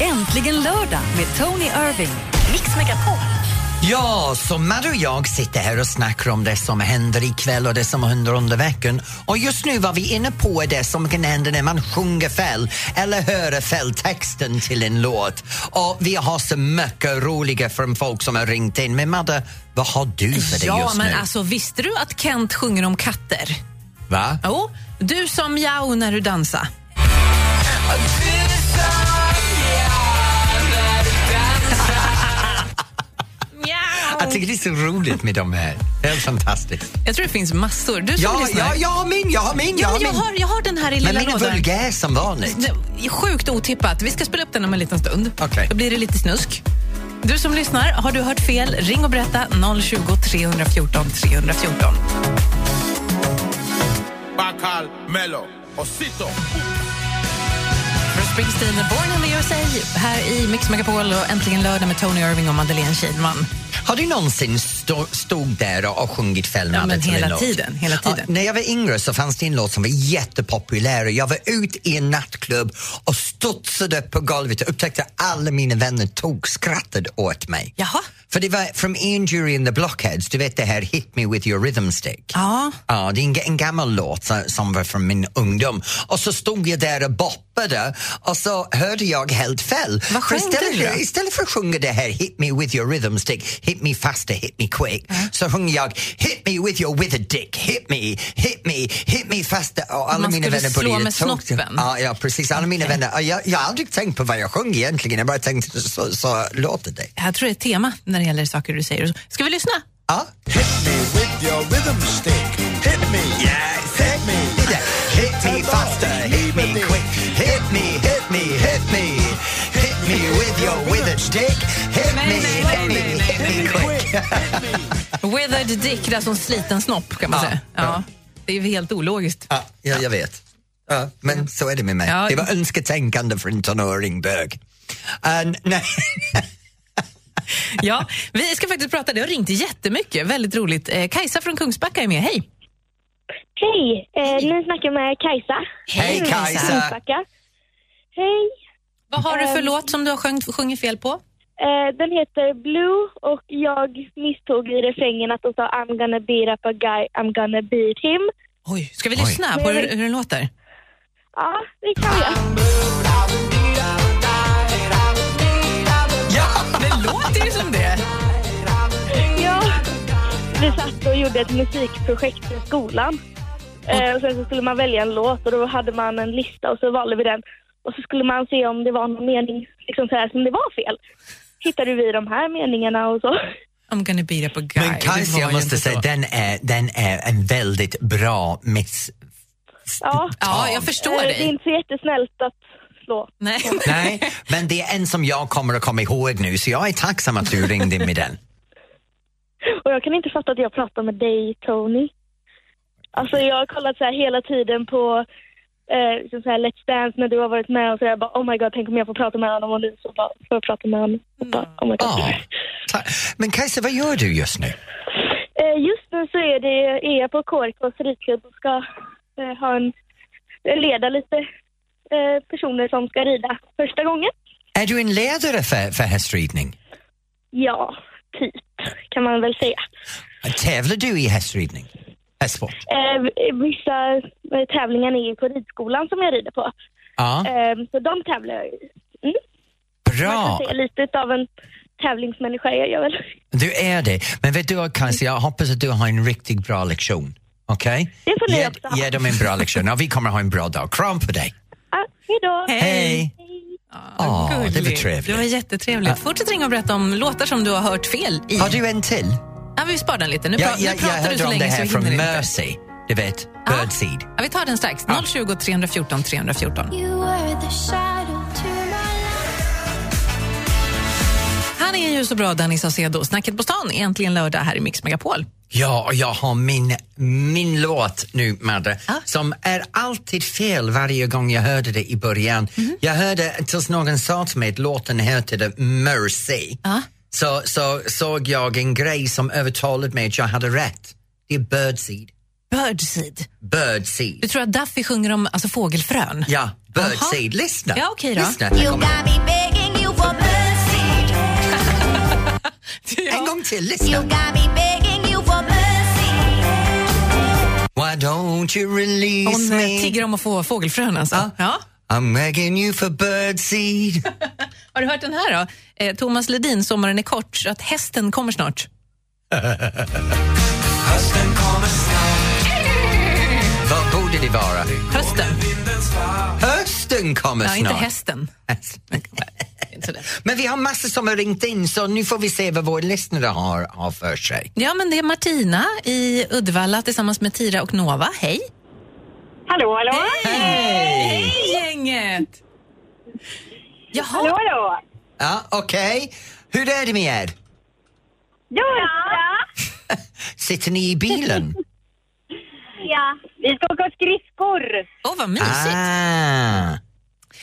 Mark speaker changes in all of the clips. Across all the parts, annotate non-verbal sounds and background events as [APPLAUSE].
Speaker 1: Äntligen lördag med Tony Irving. Mix Megapol.
Speaker 2: Ja, så Madde och jag sitter här och snackar om det som händer ikväll och det som händer under veckan. Och just nu var vi inne på det som kan hända när man sjunger fel eller hör fel texten till en låt. Och vi har så mycket roliga från folk som har ringt in. Men Madde, vad har du för dig
Speaker 3: Ja,
Speaker 2: just
Speaker 3: men
Speaker 2: nu?
Speaker 3: alltså visste du att Kent sjunger om katter?
Speaker 2: Va?
Speaker 3: Jo, du som miau när du dansar.
Speaker 2: Jag tycker det är så roligt med de här. Helt fantastiskt.
Speaker 3: Jag tror det finns massor. Du som
Speaker 2: Ja,
Speaker 3: lyssnar.
Speaker 2: ja, jag har min, jag har min, jag
Speaker 3: Ja,
Speaker 2: har
Speaker 3: men jag,
Speaker 2: min.
Speaker 3: har, jag har den här i
Speaker 2: Men
Speaker 3: lilla
Speaker 2: min är
Speaker 3: lådan.
Speaker 2: vulgär som vanligt.
Speaker 3: Det- Sjukt otippat. Vi ska spela upp den om en liten stund.
Speaker 2: Okej.
Speaker 3: Då blir det lite snusk. Du som lyssnar, har du hört fel? Ring och berätta 020 314 314.
Speaker 4: Bacal, Melo, Osito.
Speaker 3: Bruce Springsteen, Born in the USA, här i Mix Megapol och äntligen lördag med Tony Irving och Madeleine Kihlman.
Speaker 2: Har du någonsin stå, stod där och, och sjungit fel med
Speaker 3: Ja, men
Speaker 2: Adde till en
Speaker 3: hela
Speaker 2: låt?
Speaker 3: tiden, hela tiden.
Speaker 2: Ja, när jag var yngre så fanns det en låt som var jättepopulär och jag var ute i en nattklubb och studsade på golvet och upptäckte att alla mina vänner tokskrattade åt mig.
Speaker 3: Jaha.
Speaker 2: För det var från Injury and the Blockheads, du vet det här Hit me with your rhythm stick.
Speaker 3: Ja.
Speaker 2: Ja, det är en, en gammal låt som, som var från min ungdom. Och så stod jag där och boppade och så hörde jag helt fel.
Speaker 3: Vad
Speaker 2: För
Speaker 3: sjöng
Speaker 2: istället,
Speaker 3: du då?
Speaker 2: Istället för att sjunga det här Hit me with your rhythm stick, hit me faster, hit me quick så sjunger jag Hit me with your withered dick, hit me, hit me, hit me faster och alla
Speaker 3: Man
Speaker 2: mina
Speaker 3: skulle
Speaker 2: vänner på
Speaker 3: slå
Speaker 2: livet
Speaker 3: med
Speaker 2: tog-
Speaker 3: snoppen.
Speaker 2: Ja, ja, precis. Alla mina vänner. och Jag, jag har aldrig tänkt på vad jag sjöng egentligen, jag bara tänkte så, så låter det.
Speaker 3: Jag tror det är ett tema när det gäller saker du säger. Ska vi lyssna?
Speaker 2: Ja.
Speaker 5: Hit me with your rhythm stick. Hit me. Yes, hit me.
Speaker 2: Det där. Hit me faster, hit me quick Hit me, hit me, hit me Hit me with your withered stick Hit me, hit me, hit me quick
Speaker 3: Withered dick, det är alltså en sliten snopp kan man
Speaker 2: Ja.
Speaker 3: säga. Ja. Det är ju helt
Speaker 2: [LAUGHS]
Speaker 3: ologiskt.
Speaker 2: Ja, ja, jag vet. Ja, men så är det med mig.
Speaker 3: Ja.
Speaker 2: Det var önsketänkande för en tonåring, bög.
Speaker 3: [LAUGHS]
Speaker 2: Uh, nej.
Speaker 3: Ja, vi ska faktiskt prata, det har ringt jättemycket, väldigt roligt. Eh, Kajsa från Kungsbacka är med, hej!
Speaker 6: Hej! Eh, nu snackar jag med Kajsa.
Speaker 2: Hej, Kajsa.
Speaker 6: Kungsbacka. Hej!
Speaker 3: Vad har du för låt som du har sjung, sjungit fel på?
Speaker 6: Eh, den heter Blue och jag misstog i refrängen att de sa I'm gonna beat up a guy, I'm gonna beat him.
Speaker 3: Oj, ska vi lyssna på hur, hur den låter?
Speaker 6: Ja, det kan jag.
Speaker 2: Ja!
Speaker 3: Det låter ju som det!
Speaker 6: Ja. Vi satt och gjorde ett musikprojekt i skolan. Eh, och sen så skulle man välja en låt och då hade man en lista och så valde vi den. Och så skulle man se om det var någon mening liksom så här, som det var fel. Hittade vi de här meningarna och så.
Speaker 3: I'm gonna beat up a guy.
Speaker 2: Men
Speaker 3: Det
Speaker 2: Kajsa,
Speaker 3: var
Speaker 2: jag
Speaker 3: ju
Speaker 2: måste
Speaker 3: inte
Speaker 2: säga,
Speaker 3: så.
Speaker 2: den är, den är en väldigt bra miss...
Speaker 6: Ja.
Speaker 3: Ja, jag förstår
Speaker 6: Eh, Det är
Speaker 3: dig.
Speaker 6: inte så jättesnällt att slå.
Speaker 3: Nej. [LAUGHS]
Speaker 2: Nej, men det är en som jag kommer att komma ihåg nu, så jag är tacksam att du ringde in
Speaker 3: [LAUGHS]
Speaker 2: med den.
Speaker 6: Och jag kan inte fatta att jag pratar med dig, Tony. Alltså jag har kollat så här hela tiden på eh, liksom så här Let's Dance när du har varit med och så jag bara oh my god, tänk om jag får prata med honom och nu så bara, får jag prata med honom. Och bara, oh my god.
Speaker 2: Ja. Ah,
Speaker 3: Mm.
Speaker 2: Ta- Men Kajsa, vad gör du just nu?
Speaker 6: [LAUGHS] Eh, just nu så är, det, är jag på KRKs ridklubb och ska eh, ha en, leda lite eh, personer som ska rida första gången.
Speaker 2: Är du en ledare för, för hästridning?
Speaker 6: Ja, typ kan man väl säga.
Speaker 2: Tävlar du i hästridning? Hästsport?
Speaker 6: Eh, vissa eh, tävlingar är ju på ridskolan som jag rider på.
Speaker 2: Ja,
Speaker 6: Ehm, så de tävlar jag i. Mm. Man
Speaker 2: bra.
Speaker 6: kan säga lite av en tävlingsmänniska är jag väl. [LAUGHS]
Speaker 2: Du är det. Men vet du vad Kajsa, jag hoppas att du har en riktigt bra lektion. Okej?
Speaker 6: Det får ni
Speaker 2: Ge,
Speaker 6: också ha.
Speaker 2: ge dem en bra lektion och vi kommer ha en bra dag. Kram på dig!
Speaker 6: Ah, hej då!
Speaker 2: Hej! Åh, det var
Speaker 3: Gulligt.
Speaker 2: trevligt.
Speaker 3: Det var jättetrevligt. Fortsätt ringa och berätta om låtar som du har hört fel i.
Speaker 2: Har du en till?
Speaker 3: Ja, vi sparar den lite. Nu, pra-
Speaker 2: Jag, jag,
Speaker 3: nu
Speaker 2: jag
Speaker 3: pratar du
Speaker 2: hörde
Speaker 3: så
Speaker 2: om
Speaker 3: länge
Speaker 2: det
Speaker 3: så
Speaker 2: här
Speaker 3: vi
Speaker 2: från
Speaker 3: hinner inte. Ah.
Speaker 2: Mercy. Du vet, Birdseed.
Speaker 3: Ja, vi tar den strax. 020 314 314.
Speaker 7: You were the shadow to my life.
Speaker 3: Han är ju så bra, Danny Saucedo. Snacket på stan, äntligen lördag här i Mix Megapol.
Speaker 2: Ja, och jag har min, min låt nu, Madde, som är alltid fel varje gång jag hörde det i början.
Speaker 3: Mhm.
Speaker 2: Jag hörde tills någon sa till mig att låten hette Mercy.
Speaker 3: Ja.
Speaker 2: Så, så såg jag en grej som övertalade mig att jag hade rätt. Det är birdseed.
Speaker 3: Birdseed.
Speaker 2: Birdseed.
Speaker 3: Du tror att Duffy sjunger om alltså, fågelfrön? [LAUGHS]
Speaker 2: Ja, birdseed. Lyssna.
Speaker 3: Ja, okej då.
Speaker 2: Lyssna. Här
Speaker 7: You
Speaker 2: kommer den.
Speaker 7: got me begging,
Speaker 2: till,
Speaker 7: You
Speaker 2: lyssna.
Speaker 7: got me begging you for mercy.
Speaker 2: Why don't you release
Speaker 3: Hon eh,
Speaker 2: me?
Speaker 3: tigger om att få fågelfrön alltså.
Speaker 2: Ja.
Speaker 3: Ja.
Speaker 2: I'm begging you for birdseed.
Speaker 3: Har du hört den här då? Eh, Thomas Ledin, Sommaren är kort, så att hästen kommer snart.
Speaker 2: Vad borde det vara?
Speaker 3: Hösten.
Speaker 2: Hösten kommer
Speaker 3: Ja, inte
Speaker 2: snart.
Speaker 3: hästen. Sådär.
Speaker 2: Men vi har massor som har ringt in så nu får vi se vad vår lyssnare har, har för sig.
Speaker 3: Ja, men det är Martina i Uddevalla tillsammans med Tira och Nova. Hej!
Speaker 8: Hallå, hallå!
Speaker 2: Hej!
Speaker 3: Hej gänget!
Speaker 8: Hallå,
Speaker 3: Jaha,
Speaker 8: hallå!
Speaker 2: Ja, okej. Hur är det med er?
Speaker 8: Ja, ja.
Speaker 2: Sitter ni i
Speaker 8: [LAUGHS]
Speaker 2: bilen?
Speaker 8: ja. Vi ska åka skridskor!
Speaker 3: åh vad mysigt!
Speaker 2: ah.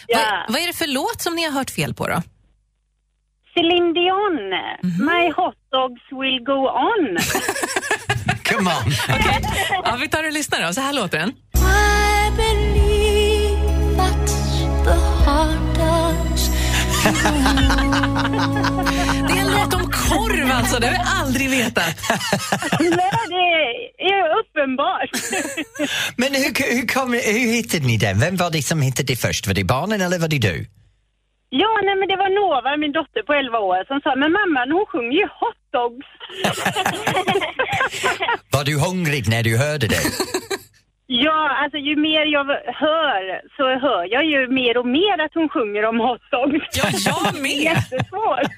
Speaker 8: Ja.
Speaker 3: Vad, vad är det för låt som ni har hört fel på då?
Speaker 8: Céline Dion, My hot dogs will go on.
Speaker 2: Come on.
Speaker 3: Ja, vi tar och lyssnar då, så här låter den.
Speaker 7: I believe that the heart does.
Speaker 3: Det är en låt om korv alltså, det har jag aldrig vetat.
Speaker 8: Nej, det är uppenbart.
Speaker 2: Men hur, hur, kom, hur hittade ni den? Vem var det som hittade det först? Var det barnen eller var det du?
Speaker 8: ja, nej, men det var Nova, min dotter på 11 år, som sa men mamma, hon sjunger ju hot dogs.
Speaker 2: Var du hungrig när du hörde
Speaker 8: [LAUGHS]
Speaker 2: det?
Speaker 8: ja, alltså ju mer jag hör så hör jag ju mer och mer att hon sjunger om hot dogs.
Speaker 3: Ja, jag med!
Speaker 8: [LAUGHS] Jättesvårt.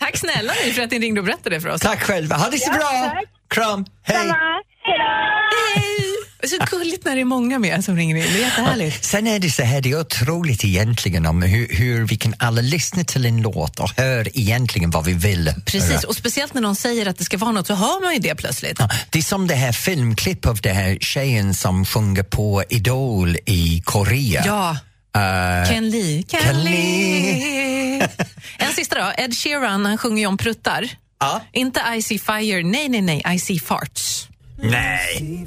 Speaker 3: Tack snälla ni för att ni ringde och berättade det för oss.
Speaker 2: Tack själva. Ha det så
Speaker 8: Ja,
Speaker 2: bra.
Speaker 8: tack.
Speaker 2: Kram. Hej.
Speaker 8: Mamma, hej då!
Speaker 3: Hej! Så gulligt när det är många med som ringer in, det är jättehärligt.
Speaker 2: Sen är det så här, det är otroligt egentligen om hur, hur vi kan alla lyssna till en låt och hör egentligen vad vi vill.
Speaker 3: Precis,
Speaker 2: höra.
Speaker 3: och speciellt när någon säger att det ska vara något så hör man ju det plötsligt.
Speaker 2: Ja, Det är som det här filmklipp av den här tjejen som sjunger på Idol i Korea.
Speaker 3: Ja. Ken Lee. Ken,
Speaker 2: Ken
Speaker 3: Lee. [LAUGHS] en sista då. Ed Sheeran han sjunger ju om pruttar.
Speaker 2: Ja.
Speaker 3: Inte I see fire, nej, nej, nej, I see farts.
Speaker 2: Nej.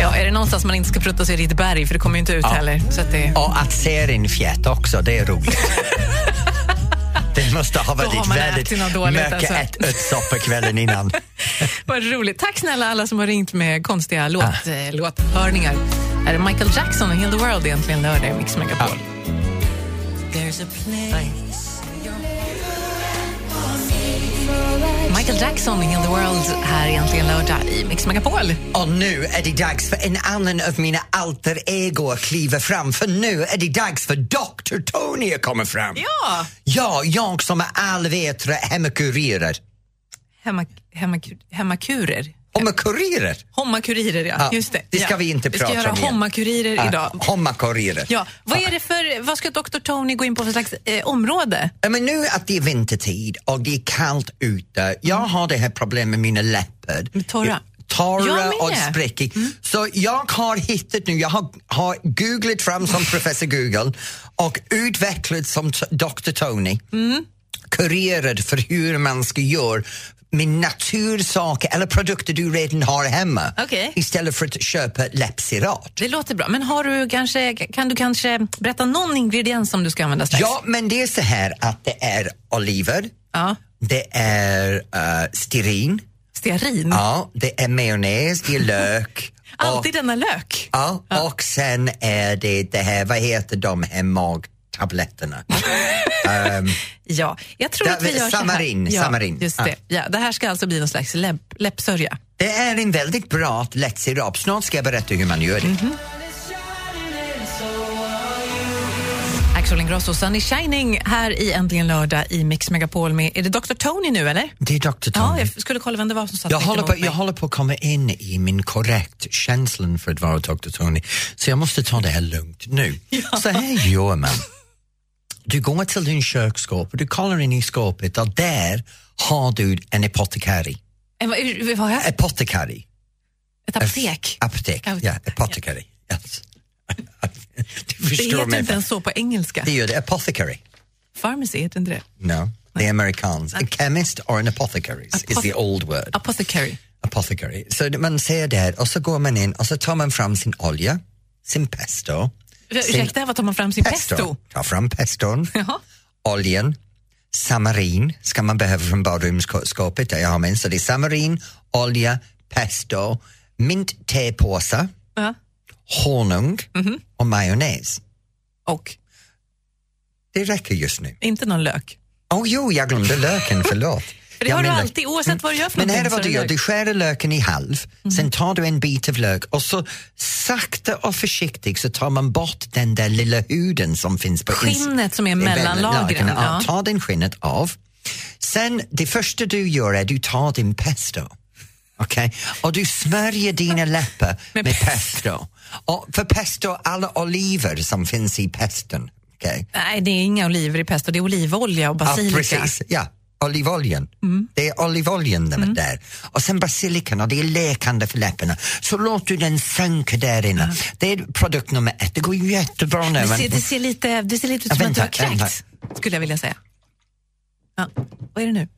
Speaker 3: Ja, är det någonstans man inte ska prutta så är det i ett berg, för det kommer ju inte ut heller. Så att det...
Speaker 2: Och att se din fjärt också, det
Speaker 3: [LAUGHS]
Speaker 2: är roligt. Det måste ha
Speaker 3: har
Speaker 2: varit
Speaker 3: man ätit något
Speaker 2: väldigt
Speaker 3: dåligt,
Speaker 2: mycket
Speaker 3: alltså.
Speaker 2: ät- ättsoppa kvällen innan.
Speaker 3: Vad roligt. Tack snälla alla som har ringt med konstiga låt,
Speaker 2: Ah.
Speaker 3: eh, låthörningar. Här är Michael Jackson och Heal the World egentligen lördag i Mix Megapol. There's a place. Michael Jackson och Heal the World här egentligen lördag i Mix Megapol.
Speaker 2: Och nu är det dags för en annan av mina alter ego att kliva fram för nu är det dags för Dr Tony att komma fram.
Speaker 3: Ja!
Speaker 2: Ja, jag som är allvetare hemmakurirer.
Speaker 3: Hemma, hemmakur, hemmakurer.
Speaker 2: Hommakurirer?
Speaker 3: Hommakurirer, ja.
Speaker 2: Ja,
Speaker 3: Just det.
Speaker 2: det ska
Speaker 3: ja.
Speaker 2: vi inte prata
Speaker 3: Vi ska göra
Speaker 2: om igen. Ah.
Speaker 3: hommakurirer idag.
Speaker 2: Hommakurirer.
Speaker 3: Ja, vad är det för, vad ska Dr. Tony gå in på för slags eh, område?
Speaker 2: Ja, Men nu att det är vintertid och det är kallt ute, jag har det här problemet med mina läppar.
Speaker 3: Mm. Med torra? Jag
Speaker 2: Torra
Speaker 3: med. Mm.
Speaker 2: och sprickig. Så jag har hittat nu, jag har, har googlat
Speaker 3: [LAUGHS]
Speaker 2: fram som professor Google och utvecklat som t- Dr Tony.
Speaker 3: Mm.
Speaker 2: Kurerad för hur man ska göra med natursaker eller produkter du redan har hemma
Speaker 3: Okej.
Speaker 2: istället för att köpa läppsirat.
Speaker 3: Det låter bra, men har du kanske, kan du kanske berätta någon ingrediens som du ska använda strax?
Speaker 2: Ja, men det är så här att det är oliver,
Speaker 3: ja.
Speaker 2: det är eh, stearin,
Speaker 3: Stearin?
Speaker 2: Ja, det är majonnäs, det är lök.
Speaker 3: [LAUGHS]
Speaker 2: och,
Speaker 3: Alltid denna lök?
Speaker 2: ja, och sen är det det här, vad heter de
Speaker 3: [LAUGHS]
Speaker 2: här magtabletterna?
Speaker 3: Ja, jag tror
Speaker 2: Det-
Speaker 3: att vi gör
Speaker 2: samarin,
Speaker 3: så här. Ja,
Speaker 2: samarin.
Speaker 3: Just
Speaker 2: Ja.
Speaker 3: det. Ja, det här ska alltså bli någon slags läpp, läppsörja.
Speaker 2: Det är en väldigt bra lätt sirap. Snart ska jag berätta hur man gör det.
Speaker 3: Mhm. Axel Ingrosso, Sunny Shining här i Äntligen lördag i Mix Megapol med, är det Dr. Tony nu eller?
Speaker 2: Det är Dr. Tom.
Speaker 3: Ja,
Speaker 2: jag...
Speaker 3: jag skulle kolla vem det var som satt mitt
Speaker 2: håller
Speaker 3: emot
Speaker 2: på, jag
Speaker 3: mig.
Speaker 2: håller på att komma in i min korrekt känslan för att vara Dr. Tony. Så jag måste ta det här lugnt
Speaker 3: [LAUGHS]
Speaker 2: nu. Så här gör man. Du går till din köksskåp och du kollar in i skåpet och där har du en apotekari.
Speaker 3: Eh, vad- ur- Vad har jag?
Speaker 2: Apotekari.
Speaker 3: Ett apotek?
Speaker 2: Apotek,
Speaker 3: Apotek.
Speaker 2: ja. Apothecary. Yes. [LAUGHS] Du
Speaker 3: Det
Speaker 2: förstår
Speaker 3: heter
Speaker 2: mig.
Speaker 3: inte ens så på engelska.
Speaker 2: Det gör det. Apothecary.
Speaker 3: Pharmacy heter inte det.
Speaker 2: No, the Americans. A chemist or an apothecary is- is the
Speaker 3: Apothe-
Speaker 2: old word.
Speaker 3: Apothecary.
Speaker 2: Apothecary. Så man ser där och så går man in och så tar man fram sin olja, sin pesto,
Speaker 3: Ursäkta, vad tar man fram sin pesto? [LAUGHS]
Speaker 2: Ta fram peston,
Speaker 3: Jaha.
Speaker 2: oljan, samarin ska man behöva från badrumsskåpet där jag har min. Så det är samarin, olja, pesto, mint tepåse,
Speaker 3: Ja.
Speaker 2: honung och majonnäs.
Speaker 3: Och
Speaker 2: Det räcker just nu.
Speaker 3: inte någon lök.
Speaker 2: Åh jo, jag glömde löken, förlåt.
Speaker 3: För det
Speaker 2: Jag
Speaker 3: har du
Speaker 2: menar-
Speaker 3: alltid, oavsett vad du gör för
Speaker 2: Men här är
Speaker 3: någonting, så
Speaker 2: vad du
Speaker 3: är
Speaker 2: gör,
Speaker 3: det Mm.
Speaker 2: du skär löken i halv, sen tar du en bit av lök och så sakta och försiktigt så tar man bort den där lilla huden som finns på ins-
Speaker 3: Skinnet som är mellan lagren,
Speaker 2: Ja,
Speaker 3: ja.
Speaker 2: Ta den skinnet av. Sen, det första du gör är du tar din pesto. Okej? Och du smörjer dina läppar med,
Speaker 3: Med
Speaker 2: pesto. Och för pesto, alla oliver som finns i peston. okej?
Speaker 3: Nej, det är inga oliver i pesto, det är olivolja och basilika. Mm.
Speaker 2: Ja, precis. Ja. Olivoljan. Det är olivoljan den är där. Och sen basilikan och det är läkande för läpparna. Så låt du den sjunka där inne. Det är produkt nummer ett. Det går ju jättebra nu.
Speaker 3: det,
Speaker 2: men-
Speaker 3: ser, det, ser lite, det ser lite ut
Speaker 2: Ja,
Speaker 3: som
Speaker 2: vänta,
Speaker 3: att du har kräkts, skulle jag vilja säga. Ja. Vad är det nu?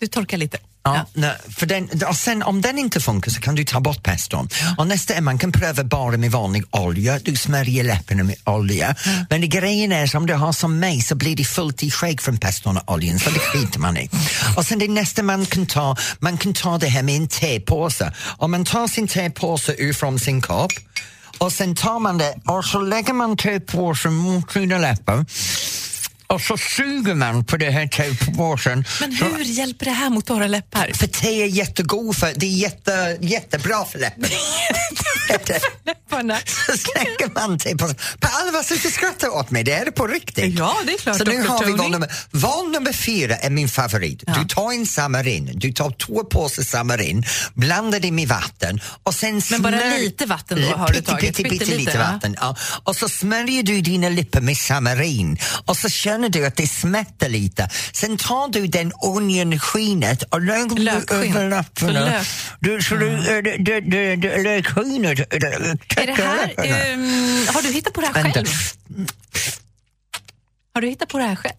Speaker 3: Du torkar lite.
Speaker 2: Ja, nej, för den, och sen om den inte funkar så kan du ta bort peston. Och nästa är man kan pröva bara med vanlig olja. Du smörjer läpparna med olja. Men det grejen är som du har som mig så blir det fullt i skägg från peston och oljan så det skiter man i. Och sen det nästa man kan ta, man kan ta det här med en tepåse. Om man tar sin tepåse ur från sin kopp och sen tar man det och så lägger man tepåsen mot sina läppar och så suger man på den här tepåsen.
Speaker 3: Men
Speaker 2: så-
Speaker 3: hur hjälper det här mot torra
Speaker 2: [LAUGHS]
Speaker 3: läppar?
Speaker 2: för te är jättegod för, det är jätte, jättebra för läppen. [LAUGHS] Jätte-
Speaker 3: Läpparna.
Speaker 2: så släcker man te på, på allvar, sluta skratta åt mig, det är det på riktigt.
Speaker 3: Ja, det är klart,
Speaker 2: Så nu
Speaker 3: Dr.
Speaker 2: har vi val
Speaker 3: Tony.
Speaker 2: nummer, val nummer fyra är min favorit. Du tar en samarin, du tar två påsar samarin, blandar det med vatten och sen
Speaker 3: Men bara
Speaker 2: smör-
Speaker 3: lite vatten då har du
Speaker 2: Pytte,
Speaker 3: tagit,
Speaker 2: pytte, pytte,
Speaker 3: pyttelite,
Speaker 2: lite
Speaker 3: va?
Speaker 2: vatten. Ja. Och så smörjer du dina läppar med samarin och så känner du att det smälter lite. Sen tar du den onionskinnet och lägger du
Speaker 3: Lökskinn.
Speaker 2: över
Speaker 3: Så
Speaker 2: läpparna.
Speaker 3: lök.
Speaker 2: Du, så du, eh, det- det- det- det- Lökskinnet eh, det-
Speaker 3: Är det
Speaker 2: täcker
Speaker 3: här,
Speaker 2: läpparna.
Speaker 3: ehm, har du hittat på det här
Speaker 2: Vänta.
Speaker 3: själv? Har du hittat på det här själv?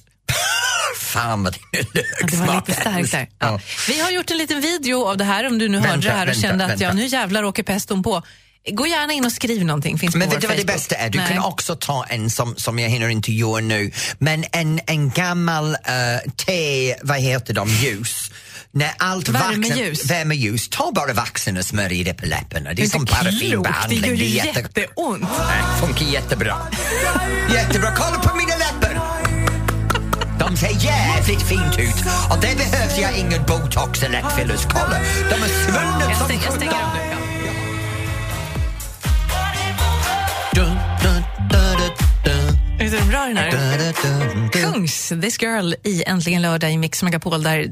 Speaker 2: Fan vad det
Speaker 3: Ja, det var lite
Speaker 2: är
Speaker 3: starkt där. Ja. Vi har gjort en liten video av det här om du nu
Speaker 2: Vänta,
Speaker 3: hörde det här och
Speaker 2: vänta,
Speaker 3: kände att
Speaker 2: vänta.
Speaker 3: ja, nu jävlar åker peston på. Gå gärna in och skriv någonting. Finns
Speaker 2: Men
Speaker 3: på
Speaker 2: vet du
Speaker 3: vår
Speaker 2: vad det
Speaker 3: Facebook.
Speaker 2: bästa är? Du
Speaker 3: Nej.
Speaker 2: kan också ta en som, som jag hinner inte göra nu, men en, en gammal eh, te, vad heter de, ljus. När allt
Speaker 3: Värmeljus.
Speaker 2: vaxen- Värmeljus. Ta bara vaxen och smörj det på läpparna. Det är
Speaker 3: inte
Speaker 2: som
Speaker 3: klokt.
Speaker 2: paraffinbehandling.
Speaker 3: Det gör ju
Speaker 2: är jätte-
Speaker 3: jätteont.
Speaker 2: Nej, funkar jättebra. Jättebra. Kolla på mina läppar! De ser jävligt fint ut. Och det behövde jag ingen botox eller läppfillers. Kolla, de är svullna
Speaker 3: Jag
Speaker 2: som
Speaker 3: stänger, jag stänger
Speaker 2: sjutton.
Speaker 3: av nu. Ja.
Speaker 2: Du, du, du, du,
Speaker 3: Visst är det bra den här?
Speaker 2: du, du, du.
Speaker 3: Kungs, This Girl i Äntligen lördag i Mix Megapol där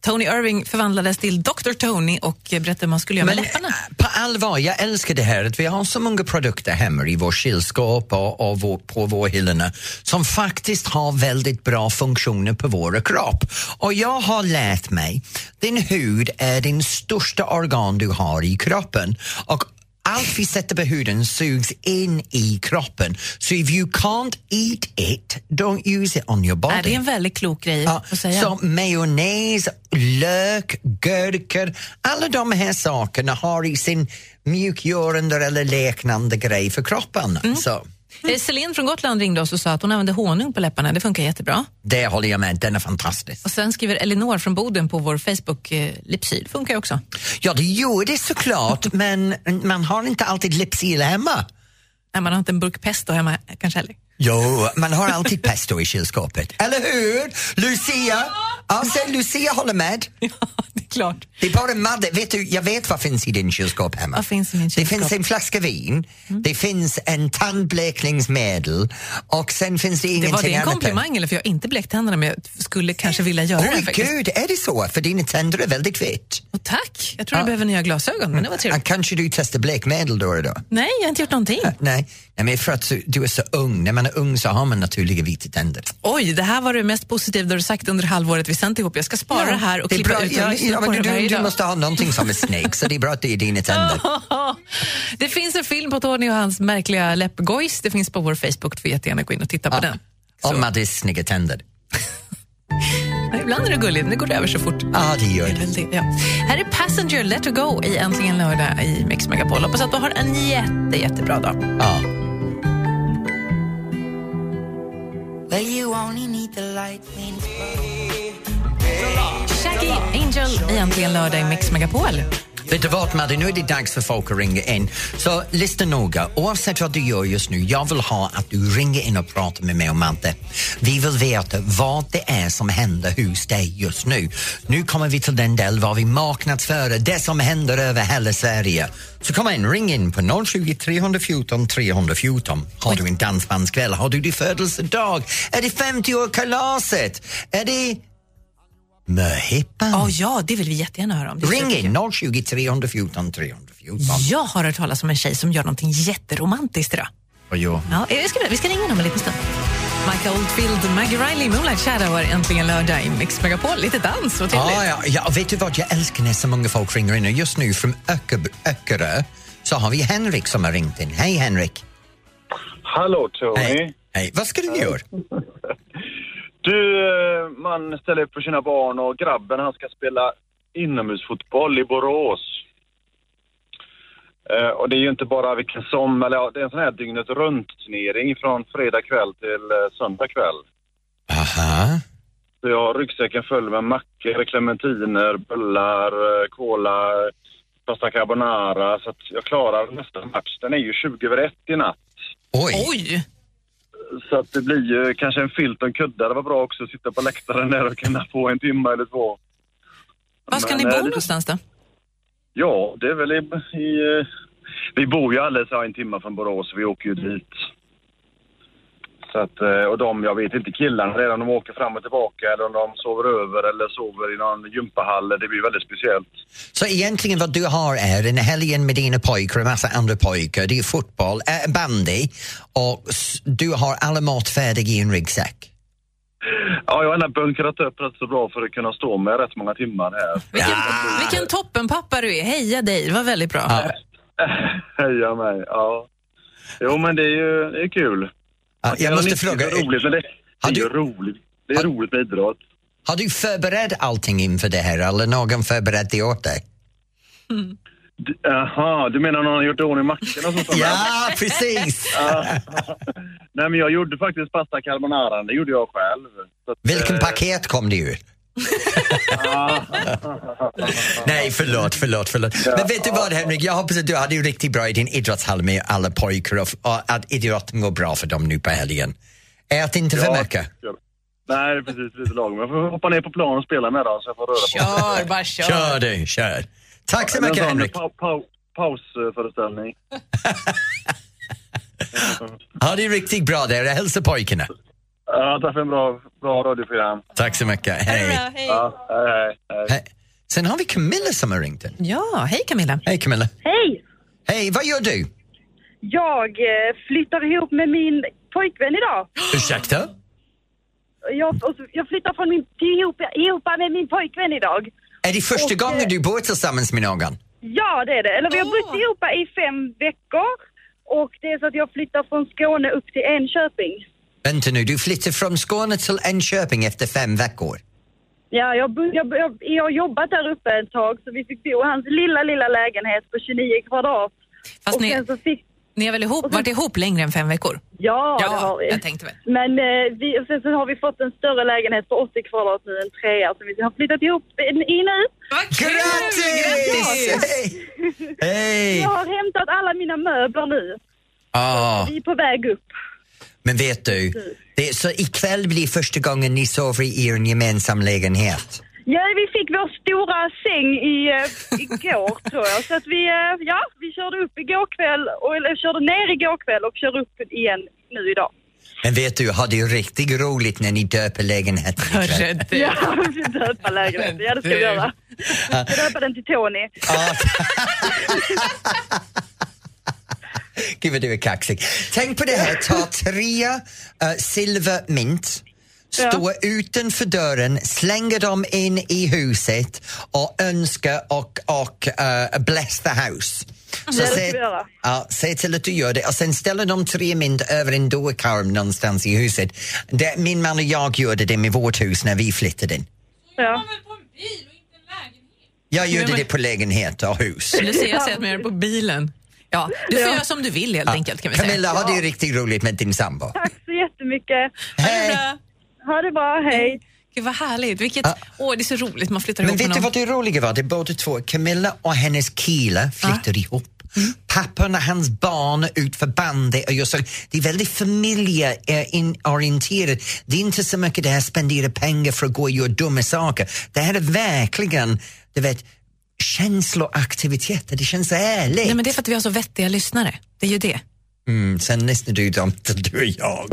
Speaker 3: Tony Irving förvandlades till Dr. Tony och berättade vad man skulle göra med
Speaker 2: Men
Speaker 3: läpparna.
Speaker 2: eh, på allvar, jag älskar det här att vi har så många produkter hemma i vår kylskåp och, och vår, på vår hyllorna som faktiskt har väldigt bra funktioner på vår kropp. Och jag har lärt mig, din hud är din största organ du har i kroppen och allt vi sätter på huden sugs in i kroppen. Så if you can't eat it, don't use it on your body.
Speaker 3: Är det är en väldigt klok grej
Speaker 2: Ja,
Speaker 3: att säga.
Speaker 2: Som majonnäs, lök, gurkor. Alla de här sakerna har i sin mjukgörande eller läknande grej för kroppen. Så
Speaker 3: Eh, Celine från Gotland ringde oss och sa att hon använde honung på läpparna. Det funkar jättebra.
Speaker 2: det håller jag med, den är fantastisk.
Speaker 3: Och sen skriver Elinor från Boden på vår Facebook, eh, Lipsyl funkar ju också.
Speaker 2: Ja, det gör det såklart, men man har inte alltid Lypsyl hemma.
Speaker 3: Nej, man har inte en burk pesto hemma eh, kanske heller. [LAUGHS]
Speaker 2: Jo, man har alltid pesto i kylskåpet. Eller hur? Lucia? Ja, säg Lucia håller med.
Speaker 3: Ja, det är klart.
Speaker 2: Det är bara madde. Vet du, jag vet vad finns i din kylskåp hemma.
Speaker 3: Vad finns i min
Speaker 2: Det
Speaker 3: kylskåp?
Speaker 2: finns en flaska vin,
Speaker 3: Mm.
Speaker 2: det finns en tandblekningsmedel och sen finns det
Speaker 3: Det
Speaker 2: ingenting
Speaker 3: var det en
Speaker 2: annat än-
Speaker 3: komplimang eller? För jag har inte blekt tänderna men jag skulle kanske vilja göra det
Speaker 2: Oj,
Speaker 3: faktiskt.
Speaker 2: gud, är det så? För dina tänder är väldigt vitt.
Speaker 3: Och tack! Jag tror jag behöver nya glasögon, men det var
Speaker 2: Ah,
Speaker 3: trevligt.
Speaker 2: Kanske du testar blekmedel då och då?
Speaker 3: Nej, jag har inte gjort någonting.
Speaker 2: Mm. Nej, Nej men för att du är så ung. När man är ung så har man naturliga vita tänder.
Speaker 3: Oj, det här var det mest positiva du har sagt under halvåret vi sänt ihop. Jag ska spara det här och
Speaker 2: Det är
Speaker 3: klippa
Speaker 2: bra.
Speaker 3: ut och
Speaker 2: Ja,
Speaker 3: lyssna
Speaker 2: ja,
Speaker 3: på
Speaker 2: men
Speaker 3: det varje
Speaker 2: du, du
Speaker 3: dag.
Speaker 2: måste ha någonting som är snyggt, så det är bra att det är dina tänder.
Speaker 3: [LAUGHS] Det finns en film på Tony och hans märkliga läppgojs. Det finns på vår Facebook. Du får jättegärna gå in och titta på den.
Speaker 2: Om Maddes snygga tänder.
Speaker 3: Men Ibland är det gulligt, men det går över så fort.
Speaker 2: Ja, det gör
Speaker 3: Det är
Speaker 2: det.
Speaker 3: väl det, Ja. Här är Passenger Let Her Go i Äntligen lördag i Mix Megapol. Hoppas att du har en jätte, jättebra dag.
Speaker 2: Ja.
Speaker 7: Well, you only need the light when it's
Speaker 3: Shaggy Angel, egentligen lördag i Mix Megapol.
Speaker 2: Vet du vad Madde, nu är det dags för folk att ringa in. Så lyssna noga, oavsett vad du gör just nu, jag vill ha att du ringer in och pratar med mig och Madde. Vi vill veta vad det är som händer hos dig just nu. Nu kommer vi till den del var vi marknadsför det som händer över hela Sverige. Så kom in, ring in på 020 314 314. Har du en dansbandskväll? Har du din födelsedag? Är det 50-årskalaset? Är det möhippan?
Speaker 3: Ja, ja, det vill vi jättegärna höra om. Det är
Speaker 2: Ring
Speaker 3: superkul.
Speaker 2: in 020 314 314.
Speaker 3: Jag har hört talas om en tjej som gör någonting jätteromantiskt idag.
Speaker 2: Vad gör hon?
Speaker 3: Ja, eh, vi, ska, vi ska ringa honom en liten stund. Micah Oldfield, Maggie Riley, Moonlight Shadow har äntligen lördag i Mix Megapol. Lite dans, vad trevligt.
Speaker 2: Ja, ja, ja, vet du vad, jag älskar när så många folk ringer in och just nu från Öcker, Öckerö så har vi Henrik som har ringt in. Hej Henrik!
Speaker 9: Hallå Tony.
Speaker 2: Hej! Hej. Vad ska du göra?
Speaker 9: Du, eh, man ställer upp för sina barn och grabben han ska spela inomhusfotboll i Borås. Eh, Och det är ju inte bara vilken som, eller ja, det är en sån här dygnet runt-turnering från fredag kväll till eh, söndag kväll.
Speaker 2: Aha.
Speaker 9: Så jag har ryggsäcken full med mackor, clementiner, bullar, eh, cola, pasta carbonara. Så att jag klarar nästa match. Den är ju 20 över 1 i natt.
Speaker 2: Oj!
Speaker 3: Oj!
Speaker 9: Så att det blir ju kanske en filt och en kudde. Det var bra också att sitta på läktaren där och kunna få en timme eller två.
Speaker 3: Var ska
Speaker 9: Men,
Speaker 3: ni
Speaker 9: eh,
Speaker 3: bo
Speaker 9: det-
Speaker 3: någonstans då?
Speaker 9: Ja, det är väl i... i eh, vi bor ju alldeles här en timme från Borås, vi åker ju
Speaker 3: Mm.
Speaker 9: dit. Så att, eh, och de, jag vet inte killarna redan, de åker fram och tillbaka eller om de sover över eller sover i någon gympahall. Det blir väldigt speciellt.
Speaker 2: Så egentligen vad du har är en helgen med dina pojkar och en massa andra pojkar. Det är fotboll, äh, bandy och s- du har alla mat färdig i en ryggsäck.
Speaker 9: Ja, jag har ändå bunkrat upp rätt så bra för att kunna stå med rätt många timmar här. [LAUGHS]
Speaker 3: Vilken, vilken toppenpappa du är. Heja dig, det var väldigt bra.
Speaker 2: Ja.
Speaker 9: Heja mig, ja. Jo, men det är ju det är kul.
Speaker 2: Ja, jag måste
Speaker 9: Det är
Speaker 2: fråga, eh,
Speaker 9: roligt, men det, det
Speaker 2: Har
Speaker 9: är
Speaker 2: du-
Speaker 9: ju roligt. Det är roligt med idrott.
Speaker 2: har du förberett allting inför det här eller någon förberett det åt dig?
Speaker 9: D- Jaha, du menar någon har gjort i ordning mackorna och sånt?
Speaker 2: [LAUGHS]
Speaker 9: där?
Speaker 2: Ja, precis!
Speaker 9: Ja. [LAUGHS] Nej, men jag gjorde faktiskt pasta carbonara. Det gjorde jag själv. Så att,
Speaker 2: Vilken
Speaker 9: eh,
Speaker 2: paket kom det ur? Nej, förlåt, förlåt, förlåt. Men vet du vad Henrik, jag hoppas att du hade ju riktigt bra i din idrottshall med alla pojkar och, och att idrotten går bra för dem nu på helgen. Ät inte för
Speaker 9: ja.
Speaker 2: mycket.
Speaker 9: Nej, det är precis. Lite lagom. Jag får hoppa ner på plan och spela med dem så jag får röra på mig.
Speaker 3: Kör, bara kör.
Speaker 2: Kör du, kör. Tack så
Speaker 9: En
Speaker 2: mycket
Speaker 9: sån
Speaker 2: Henrik.
Speaker 9: pa- pa- Pausföreställning.
Speaker 2: Ha det riktigt bra där och hälsa pojkarna.
Speaker 9: Ja, tack för en bra, bra radioprogram.
Speaker 2: Tack så mycket, hej.
Speaker 9: Ja, hej, hej, hej.
Speaker 2: Hej. Sen har vi Camilla som har ringt in.
Speaker 3: Ja, hej Camilla.
Speaker 2: Hej Camilla.
Speaker 8: Hej!
Speaker 2: Hej, vad gör du?
Speaker 8: Jag eh, flyttar ihop med min pojkvän idag.
Speaker 2: Ursäkta?
Speaker 8: Jag, och så- jag flyttar från min, till ihop, ihop med min pojkvän idag.
Speaker 2: Är det första
Speaker 8: Och,
Speaker 2: gången
Speaker 8: eh,
Speaker 2: du bor tillsammans med någon?
Speaker 8: Ja, det är det. Eller vi har bott ihop i fem veckor. Och det är så att jag flyttar från Skåne upp till Enköping.
Speaker 2: Vänta nu, du flyttar från Skåne till Enköping efter fem veckor.
Speaker 8: Ja, jag, bo- jag, jag, jag har jobbat där uppe ett tag så vi fick bo i hans lilla, lilla lägenhet på 29 kvadrat.
Speaker 3: Fast
Speaker 8: och
Speaker 3: ni,
Speaker 8: sen så fick...
Speaker 3: ni har väl ihop, varit ihop längre än fem veckor?
Speaker 8: Ja, det har vi.
Speaker 3: jag tänkte väl.
Speaker 8: Men eh, vi, och sen så har vi fått en större lägenhet på 80 kvadrat nu, en trea, som vi har flyttat ihop i nu.
Speaker 3: Vad kul!
Speaker 2: Grattis!
Speaker 3: Grattis!
Speaker 2: Hej! Hej!
Speaker 8: Jag har hämtat alla mina möbler nu.
Speaker 2: Ah,
Speaker 8: Vi är på väg upp.
Speaker 2: men vet du, det, så ikväll blir första gången ni sover i er gemensam lägenhet.
Speaker 8: Ja, vi fick vår stora säng i, eh, igår tror jag. Så att vi, eh, ja, vi körde upp igår kväll, och, eller körde ner igår kväll och kör upp igen nu idag.
Speaker 2: Men vet du, har det riktigt roligt när ni döper lägenheten ikväll.
Speaker 3: Hörru du.
Speaker 8: Ja, [LAUGHS] vi ska döpa lägenheten. Ja, det ska vi göra. Vi ska döpa den till Tony.
Speaker 2: Ah. [LAUGHS] Gud vad du är kaxig. Tänk på det här, ta tre uh, silvermynt, stå utanför dörren, slänga dem in i huset och önska och, och eh, bless the house. Så
Speaker 8: Mm. Ja, det ska
Speaker 2: se,
Speaker 8: vi göra.
Speaker 2: ja, se till att du gör det och sen ställer de tre mynt över en dörrkarm någonstans i huset. Det, min man och jag gjorde det med vårt hus när vi flyttade in.
Speaker 8: Ja.
Speaker 2: Jag gjorde
Speaker 3: men-
Speaker 2: det på lägenhet och hus.
Speaker 3: Lucia säger att man gör det på bilen. Ja, du får göra som du vill helt enkelt kan vi säga.
Speaker 2: Camilla, har det riktigt roligt med din sambo?
Speaker 8: Tack så jättemycket. mycket.
Speaker 3: Hej.
Speaker 8: Ha det bra, hej.
Speaker 3: Gud, vad härligt. Vilket,
Speaker 2: Ja.
Speaker 3: Åh, det är så roligt. Man flyttar
Speaker 2: Men
Speaker 3: ihop
Speaker 2: vet du
Speaker 3: med
Speaker 2: vad
Speaker 3: någon.
Speaker 2: det roliga var? Det är båda två, Camilla och hennes kille flyttar ihop.
Speaker 3: Mm.
Speaker 2: Pappan och hans barn ut för bandy och jag sa, det är väldigt familjeorienterat. Det är inte så mycket det här spendera pengar för att gå och göra dumma saker. Det här är verkligen, du vet, känsloaktiviteter. Det känns ärligt.
Speaker 3: Nej, men det är för att vi har så vettiga lyssnare. Det är ju det.
Speaker 2: mm, sen lyssnar du dem till du och
Speaker 3: [LAUGHS]
Speaker 2: jag.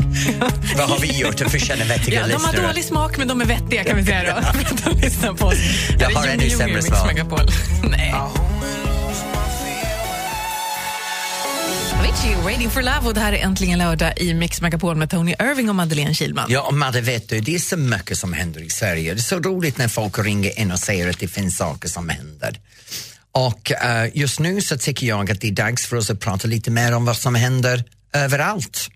Speaker 2: vad har vi gjort att förtjäna
Speaker 3: Ja,
Speaker 2: vettiga
Speaker 3: de har
Speaker 2: lyssnare?
Speaker 3: dålig smak, men de är vettiga kan vi säga då. [LAUGHS] de lyssnar på oss.
Speaker 2: Jag
Speaker 3: Det är
Speaker 2: har ännu
Speaker 3: Jimmy Jung i
Speaker 2: sämre
Speaker 3: Mix
Speaker 2: smak.
Speaker 3: Megapol. [LAUGHS] Nej. Avicii, Waiting for Love och det här är äntligen lördag i Mix Megapol med Tony Irving och Madeleine Kilman.
Speaker 2: Ja, och Madde, vet du, det är så mycket som händer i Sverige. Det är så roligt när folk ringer in och säger att det finns saker som händer. Och eh, just nu så tycker jag att det är dags för oss att prata lite mer om vad som händer överallt.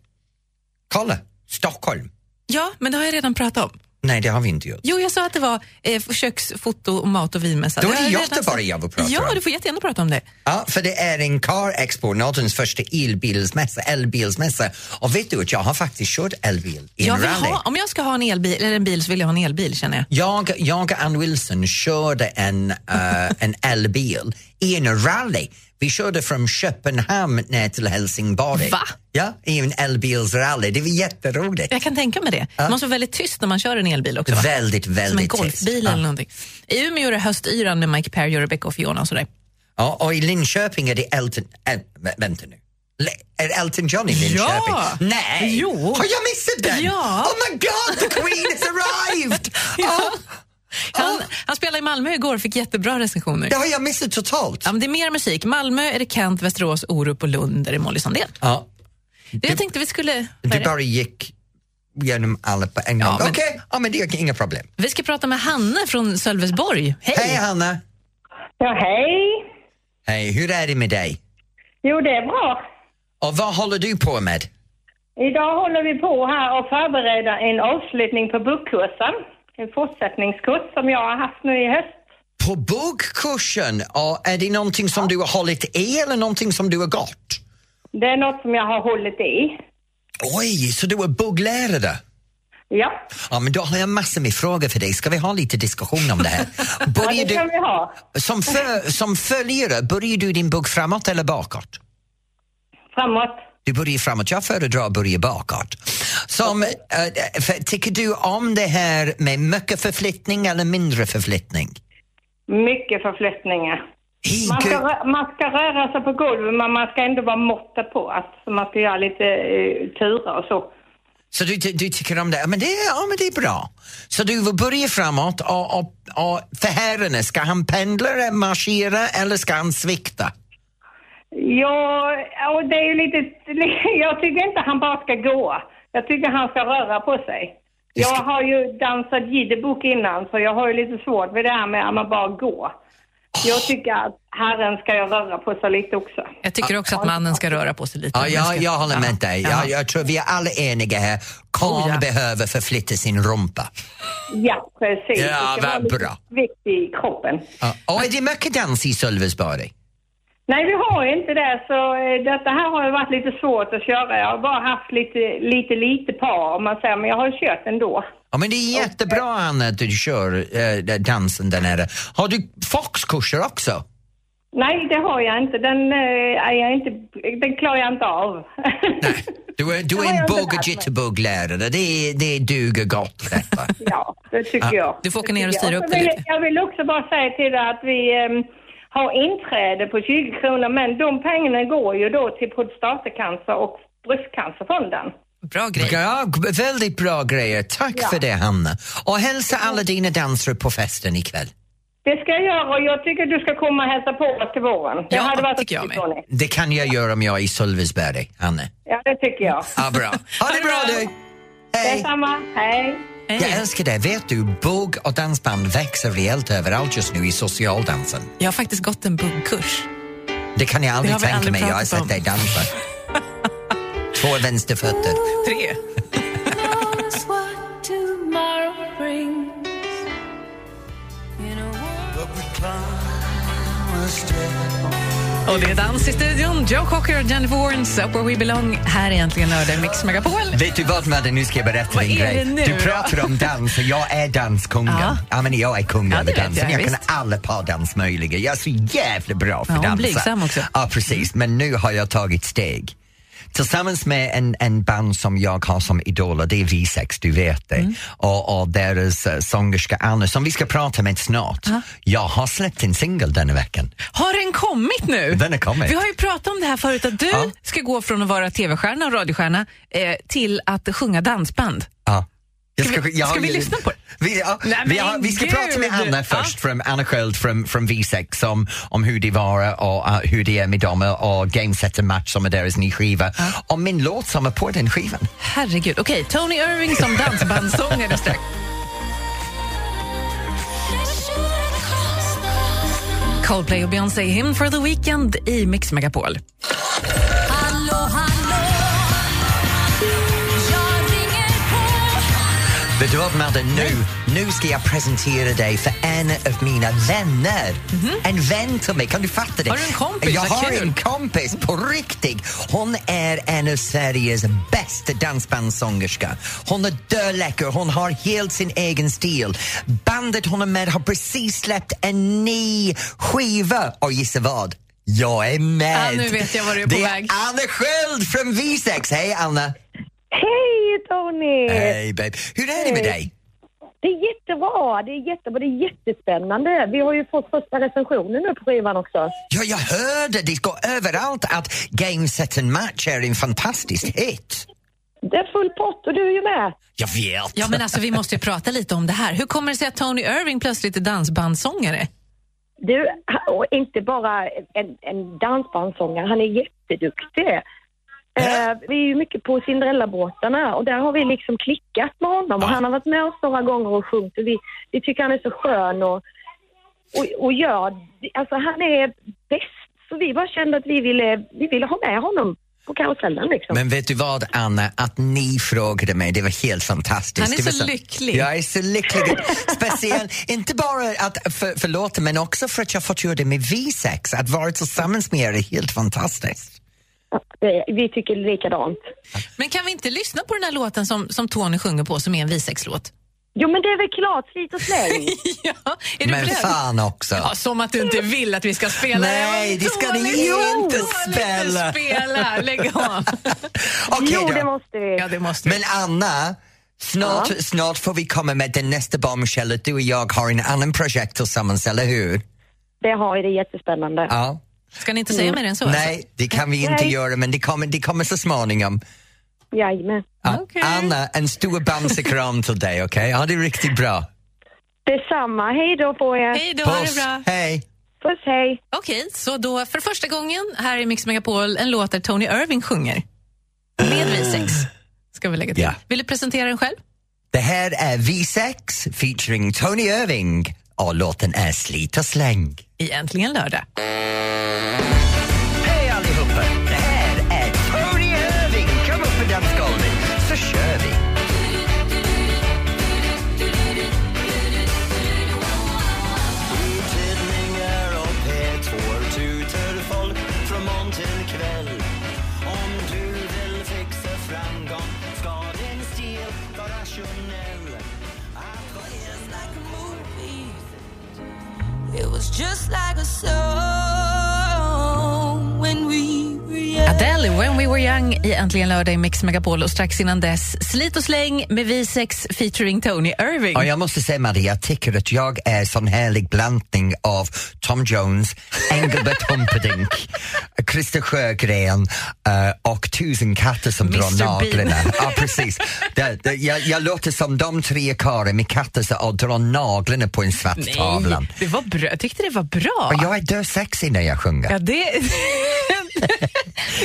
Speaker 2: Kolla, Stockholm.
Speaker 3: Ja, men det har jag redan pratat om.
Speaker 2: Nej, det har vi inte gjort.
Speaker 3: Jo, jag sa att det var eh, köksfoto och mat och vinmässa.
Speaker 2: Då är
Speaker 3: har
Speaker 2: det
Speaker 3: jag
Speaker 2: Göteborg
Speaker 3: redan sagt.
Speaker 2: jag vill prata
Speaker 3: Ja,
Speaker 2: om.
Speaker 3: du får jättegärna prata om det.
Speaker 2: Ja, för det är en Car Expo, Nordens första elbilsmässa, elbilsmässa. Och vet du att jag har faktiskt kört elbil i
Speaker 3: Jag
Speaker 2: en
Speaker 3: vill
Speaker 2: rally.
Speaker 3: ha, om jag ska ha en elbil eller en bil så vill jag ha en elbil känner jag.
Speaker 2: Jag, jag och Ann Wilson körde
Speaker 3: [LAUGHS]
Speaker 2: en, eh, en elbil i en rally. Vi körde från Köpenhamn ner till Helsingborg.
Speaker 3: Va?
Speaker 2: Ja, i en elbilsrally. Det var jätteroligt.
Speaker 3: Jag kan tänka mig det. Det måste vara väldigt tyst när man kör en elbil också. Va?
Speaker 2: Väldigt, väldigt
Speaker 3: Som en
Speaker 2: tyst.
Speaker 3: golfbil eller någonting. I Umeå är det höstyran med Mike Perry, Rebecca och Fiona och sådär.
Speaker 2: Ja, och i Linköping är det Elton... El, vä- vänta nu. Le, är Elton John i Linköping?
Speaker 3: Ja.
Speaker 2: Nej!
Speaker 3: Jo.
Speaker 2: Har jag missat den?
Speaker 3: Ja.
Speaker 2: Oh my god, the queen has
Speaker 3: [LAUGHS]
Speaker 2: arrived! Ja.
Speaker 3: Han, han spelade i Malmö igår och fick jättebra recensioner.
Speaker 2: det har jag missat totalt.
Speaker 3: Ja, men det är mer musik. Malmö är det Kent, Västerås, Orup och Lund där det är Molly Sandén.
Speaker 2: Ja,
Speaker 3: Du, jag tänkte vi skulle... vad är
Speaker 2: du
Speaker 3: det?
Speaker 2: bara gick genom alla på en gång.
Speaker 3: Ja, men-
Speaker 2: Okej, ja, men det är inga problem.
Speaker 3: Vi ska prata med Hanna från Sölvesborg. Hej!
Speaker 2: Hej Hanna!
Speaker 8: Ja, hej.
Speaker 2: Hej, hur är det med dig?
Speaker 8: Jo, det är bra.
Speaker 2: Och vad håller du på med?
Speaker 8: Idag håller vi på här och förbereder en avslutning på bokkursen. En fortsättningskurs som jag har haft nu i höst.
Speaker 2: På bokkursen, och är det någonting som du har hållit i eller någonting som du har gått?
Speaker 8: Det är något som jag har hållit i.
Speaker 2: Oj, så du är bugglärare?
Speaker 8: Ja,
Speaker 2: Ja, men då har jag massor med frågor för dig. Ska vi ha lite diskussion om det här?
Speaker 8: ja
Speaker 2: Börjar
Speaker 8: det kan vi
Speaker 2: du,
Speaker 8: ha.
Speaker 2: som, fö, som följare, börjar du din bugg framåt eller bakåt?
Speaker 8: Framåt.
Speaker 2: Du börjar framåt. Jag föredrar att börja bakåt. Som, eh, för, tycker du om det här med mycket förflyttning eller mindre förflyttning?
Speaker 8: Mycket förflyttningar.
Speaker 2: Hej,
Speaker 8: Man ska,
Speaker 2: gud.
Speaker 8: rö- man ska röra sig på golvet men man ska ändå vara måtta på. Alltså, man ska göra lite eh, turer och så.
Speaker 2: Så du, du, du tycker om det? Ja men det, ja, men det är bra. Så du vill börja framåt och, och, och för herrarna, ska han pendla, marschera eller ska han svikta?
Speaker 8: Ja, och det är ju lite... [LAUGHS] Jag tycker inte han bara ska gå. Jag tycker han ska röra på sig.
Speaker 2: Det ska-
Speaker 8: Jag har ju dansat jidderbok innan så jag har ju lite svårt med det här med att man bara går. Jag tycker att herren ska ju röra på sig lite också.
Speaker 3: Jag tycker också att mannen ska röra på sig lite.
Speaker 2: Ja,
Speaker 3: Man
Speaker 2: jag,
Speaker 3: ska-
Speaker 2: jag håller med
Speaker 3: Ja.
Speaker 2: dig.
Speaker 3: Ja.
Speaker 2: Jag, jag tror vi är alla eniga här. Karln
Speaker 3: Oh, ja.
Speaker 2: behöver förflytta sin rumpa.
Speaker 8: Ja, precis.
Speaker 2: Ja,
Speaker 8: Det ska vara
Speaker 2: vad
Speaker 8: lite
Speaker 2: bra.
Speaker 8: Vikt i kroppen.
Speaker 2: Ja. Och är det mycket dans i Sölvesborg?
Speaker 8: Nej, vi har ju inte det. Så eh, detta här har ju varit lite svårt att köra. Jag har bara haft lite, lite, lite par om man säger, men jag har ju kört ändå.
Speaker 2: Ja, men det är jättebra
Speaker 8: eh,
Speaker 2: Anna att du kör eh, den dansen där nere. Har du foxkurser också?
Speaker 8: Nej, det har jag inte. Den, eh, är jag inte, den klarar jag inte av.
Speaker 2: Nej. Du är, du
Speaker 8: Det
Speaker 2: är
Speaker 8: har
Speaker 2: en
Speaker 8: jag inte
Speaker 2: bug och
Speaker 8: lärt mig.
Speaker 2: jitterbug-lärare. Det, är- det duger gott detta.
Speaker 8: [LAUGHS] [LAUGHS] Ja, det tycker jag.
Speaker 3: Du får åka
Speaker 8: Det
Speaker 3: ner och
Speaker 8: tycker jag.
Speaker 3: styra upp
Speaker 8: så
Speaker 3: det
Speaker 8: vill-
Speaker 3: lite.
Speaker 8: Jag vill också bara säga till dig att vi ehm, har inträde på 20 kronor, men de pengarna går ju då till prostatacancer och bröstcancerfonden.
Speaker 3: Bra grej.
Speaker 2: Ja, g- väldigt bra grejer. Tack för det, Hanna. Och hälsa alla dina dansare på festen ikväll.
Speaker 8: Det ska jag göra och jag tycker du ska komma och hälsa på oss till våren. Det
Speaker 3: Ja,
Speaker 8: hade varit
Speaker 3: tycker jag
Speaker 8: roligt,
Speaker 3: med.
Speaker 8: Tony.
Speaker 2: Det kan jag göra om jag är i Sölvesberg, Hanna.
Speaker 8: Ja, det tycker jag.
Speaker 2: Ja, bra. Ha det bra, du! Hej!
Speaker 8: Detsamma, hej.
Speaker 3: Hej.
Speaker 2: Jag älskar det. Vet du, bugg och dansband växer rejält överallt just nu i socialdansen.
Speaker 3: Jag har faktiskt gått en buggkurs.
Speaker 2: Det kan jag
Speaker 3: Det
Speaker 2: aldrig
Speaker 3: har vi
Speaker 2: tänka
Speaker 3: aldrig
Speaker 2: mig. Jag har
Speaker 3: pratat
Speaker 2: sett
Speaker 3: om.
Speaker 2: dig dansa. Två vänsterfötter.
Speaker 3: Tre. Och det är dans i studion. Joe Cocker och Jennifer Warnes, Up Where We Belong. Här är Äntligen Lördag, Mix Megapol.
Speaker 2: Vet du vad Madde, nu ska jag berätta
Speaker 3: Vad
Speaker 2: din
Speaker 3: är det
Speaker 2: grej.
Speaker 3: nu
Speaker 2: du
Speaker 3: då?
Speaker 2: pratar om dans och jag är danskungen. Ja.
Speaker 3: Ja.
Speaker 2: men jag är kungen
Speaker 3: Ja, det
Speaker 2: med
Speaker 3: vet
Speaker 2: dansen.
Speaker 3: jag,
Speaker 2: Jag, kan
Speaker 3: visst.
Speaker 2: alla pardans möjliga. Jag är så jävla bra för
Speaker 3: Ja, och
Speaker 2: dansa.
Speaker 3: blygsam också.
Speaker 2: Ja, precis. Men nu har jag tagit steg. Tillsammans med en, en band som jag har som idoler, det är V6, du vet det.
Speaker 3: Mm.
Speaker 2: Och, och deras eh, sångerska Anna, som vi ska prata med snart. Jag har släppt en singel denna veckan.
Speaker 3: Har den kommit nu?
Speaker 2: Den har kommit.
Speaker 3: Vi har ju pratat om det här förut, att du
Speaker 2: Ja.
Speaker 3: ska gå från att vara tv-stjärna och radiostjärna eh, till att sjunga dansband.
Speaker 2: Ja. Jag
Speaker 3: Ska vi- ska vi lyssna på det?
Speaker 2: Vi, ja,
Speaker 3: Nej,
Speaker 2: vi,
Speaker 3: men
Speaker 2: har, vi ska
Speaker 3: gud!
Speaker 2: prata med Anna
Speaker 3: Ja.
Speaker 2: först, från Anna Sköld från, från V6 om, om hur det var och uh, hur det är med dem och och Gameset en match som är deras ny skiva. Och min låt som är på den skivan.
Speaker 3: Herregud. Okej, Tony Irving som dansbandsångare strax. Coldplay och Beyoncé, Him for the Weekend i Mix Megapol.
Speaker 7: Hallå, hallå Jag ringer på
Speaker 2: Vet du vad Madde, nu, nu ska jag presentera dig för en av mina vänner. En vän till mig, kan du fatta det?
Speaker 3: Mhm. Har du en kompis?
Speaker 2: Jag
Speaker 3: Vad
Speaker 2: har
Speaker 3: kul.
Speaker 2: en kompis på riktigt. Hon är en av Sveriges bästa dansbandssångerska. Hon är döläcker, hon har helt sin egen stil. Bandet hon är med har precis släppt en ny skiva och gissa vad? Jag är med!
Speaker 3: Ah, nu vet jag var du är på
Speaker 2: det
Speaker 3: väg.
Speaker 2: är Anna Sköld från V6. Hej Anna!
Speaker 6: Hej Tony!
Speaker 3: Eh.
Speaker 2: Hej babe! Hur är det med
Speaker 6: Hej.
Speaker 2: dig?
Speaker 6: Det är jättebra, det är jättebra, det är jättespännande. Vi har ju fått första recensionen nu på skivan också.
Speaker 2: Ja, jag hörde det går överallt att Game Set and Match är en fantastisk hit.
Speaker 6: Det är full pott och du är ju med.
Speaker 2: Jag vet.
Speaker 3: Ja, men alltså, vi måste ju prata lite om det här. Hur kommer det sig att Tony Irving plötsligt är dansbandsångare?
Speaker 6: Du, och inte bara en, en dansbandssångare, han är jätteduktig. Eh, vi är ju mycket på Cinderella-båtarna och där har vi liksom klickat med honom och han har varit med oss några gånger och sjungit och vi, vi tycker han är så skön och, och, och gör, alltså han är bäst. Så vi bara kände att vi ville, vi ville ha med honom på karusellen liksom.
Speaker 2: Men vet du vad, Anna? Att ni frågade mig, det var helt fantastiskt.
Speaker 3: Han är
Speaker 2: Det var
Speaker 3: så lycklig.
Speaker 2: Jag är så lycklig. Speciellt, inte bara att för, för låten, men också för att jag fått göra det med V6. Att vara tillsammans med er är helt fantastiskt.
Speaker 6: Det- Vi tycker likadant.
Speaker 3: Men kan vi inte lyssna på den här låten som, som Tony sjunger på, som är en visexlåt? [LAUGHS]
Speaker 6: Jo men det är väl klart, slit och släng.
Speaker 3: ja, är du
Speaker 2: Men
Speaker 3: beredd?
Speaker 2: fan också.
Speaker 3: Ja, som att du inte vill att vi ska spela
Speaker 2: Nej, det ska ni inte spela.
Speaker 3: Dåligt spela. Lägg av.
Speaker 2: Okej
Speaker 6: jo
Speaker 2: då.
Speaker 6: det måste vi.
Speaker 3: [LAUGHS] Ja, det måste vi.
Speaker 2: Men Anna, snart, snart får vi komma med den nästa bombshell att du och jag har en annan projekt tillsammans, eller hur?
Speaker 6: Det har ju det är jättespännande.
Speaker 2: Ja.
Speaker 3: Ska ni inte säga mer än så? Alltså.
Speaker 2: Nej, det kan vi inte
Speaker 6: Nej.
Speaker 2: göra, men det kommer, det kommer så småningom.
Speaker 6: Jajamän.
Speaker 2: Ja.
Speaker 3: Okej.
Speaker 2: Anna, en stor bamsekram till dig, okej? Ha det riktigt bra.
Speaker 6: Detsamma, hej då på er.
Speaker 3: Alltså? Hej då, ha det
Speaker 2: Puss.
Speaker 3: bra.
Speaker 2: Hej.
Speaker 6: Puss hej.
Speaker 3: Okej, så då för första gången här i Mix Megapol en låt där Tony Irving sjunger. Med Visex, ska vi lägga till.
Speaker 2: Ja.
Speaker 3: Vill du presentera den själv?
Speaker 2: Det här är V6 featuring Tony Irving och låten är Slit och släng.
Speaker 3: I Äntligen lördag.
Speaker 2: Hej allihopa! Det här är Tony Irving. Kom upp på dansgolvet så kör vi.
Speaker 7: It was just like a song when we were young
Speaker 3: Adele, When We Were Young i Äntligen lördag i Mix Megapol och strax innan dess Slit och släng med Visex featuring Tony Irving.
Speaker 2: Och jag måste säga Maria, jag tycker att jag är sån härlig blandning av Tom Jones,
Speaker 3: [LAUGHS]
Speaker 2: Engelbert Humperdinck, Christer Sjögren eh, och tusen katter som drar
Speaker 3: Mr. Bean.
Speaker 2: naglarna. Ja, precis. Det, det, jag, jag låter som de tre karlarna med katter som drar naglarna på en svart tavla.
Speaker 3: Nej, det var bra. Jag tyckte det var bra.
Speaker 2: Och jag är dösexig när jag sjunger.
Speaker 3: Ja, det... [LAUGHS]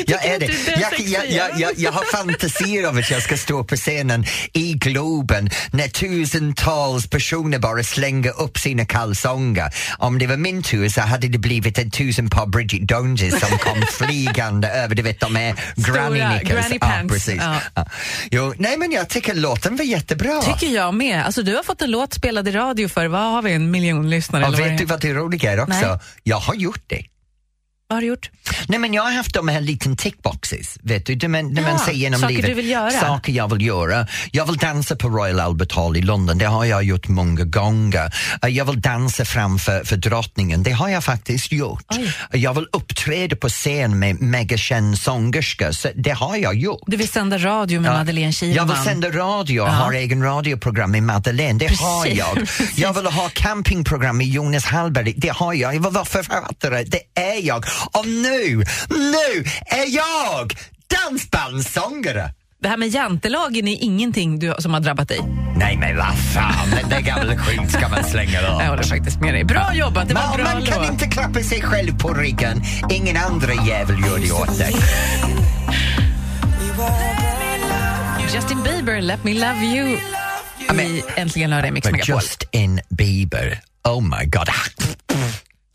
Speaker 2: Jag är
Speaker 3: att
Speaker 2: det.
Speaker 3: du är
Speaker 2: Jag, jag, jag,
Speaker 3: dösexig.
Speaker 2: jag, jag har fantasier om att jag ska stå på scenen i Globen när tusentals personer bara slänger upp sina kalsonger. Om det var min tur så hade det blivit en tusen par Bridget Joneses som kom
Speaker 3: [LAUGHS]
Speaker 2: flygande över, du vet de är granny knickers.
Speaker 3: granny
Speaker 2: ja,
Speaker 3: pants.
Speaker 2: precis.
Speaker 3: Ja.
Speaker 2: Ja. Jo, nej men jag tycker låten var jättebra.
Speaker 3: tycker jag med. Alltså, du har fått en låt spelad i radio för, vad har vi, en miljon lyssnare?
Speaker 2: Och
Speaker 3: eller vad det
Speaker 2: vet
Speaker 3: är?
Speaker 2: du vad det roliga är också?
Speaker 3: Nej.
Speaker 2: Jag har gjort det.
Speaker 3: Vad har du gjort?
Speaker 2: Nej men jag har haft de här liten tickboxes, vet du, när man, när man
Speaker 3: Ja,
Speaker 2: ser genom
Speaker 3: saker
Speaker 2: livet.
Speaker 3: du vill göra.
Speaker 2: Saker jag vill göra. Jag vill dansa på Royal Albert Hall i London, det har jag gjort många gånger. Eh, Jag vill dansa framför för drottningen, det har jag faktiskt gjort. Eh, Jag vill uppträda på scen med megakänd sångerska, så det har jag gjort.
Speaker 3: Du vill sända radio med Madeleine
Speaker 2: Jag
Speaker 3: Kihlman.
Speaker 2: vill sända radio och ha egen radioprogram med Madeleine, det har
Speaker 3: Precis,
Speaker 2: jag. Jag vill ha campingprogram med Jonas Hallberg, det har jag. Jag vill vara författare, det är jag. Och nu, nu är jag dansbandssångare!
Speaker 3: Det här med jantelagen är ingenting du, som har drabbat dig.
Speaker 2: Nej men vad fan, den där gamla skit ska man slänga av.
Speaker 3: Jag håller faktiskt med dig. Bra jobbat, det var en
Speaker 2: Man,
Speaker 3: bra
Speaker 2: man kan
Speaker 3: låt.
Speaker 2: inte klappa sig själv på ryggen. Ingen andra jävel gör det åt dig.
Speaker 3: Justin Bieber, Let Me Love You. I Äntligen lördag i Mix
Speaker 2: Men
Speaker 3: Megapol.
Speaker 2: Justin Bieber, oh my god.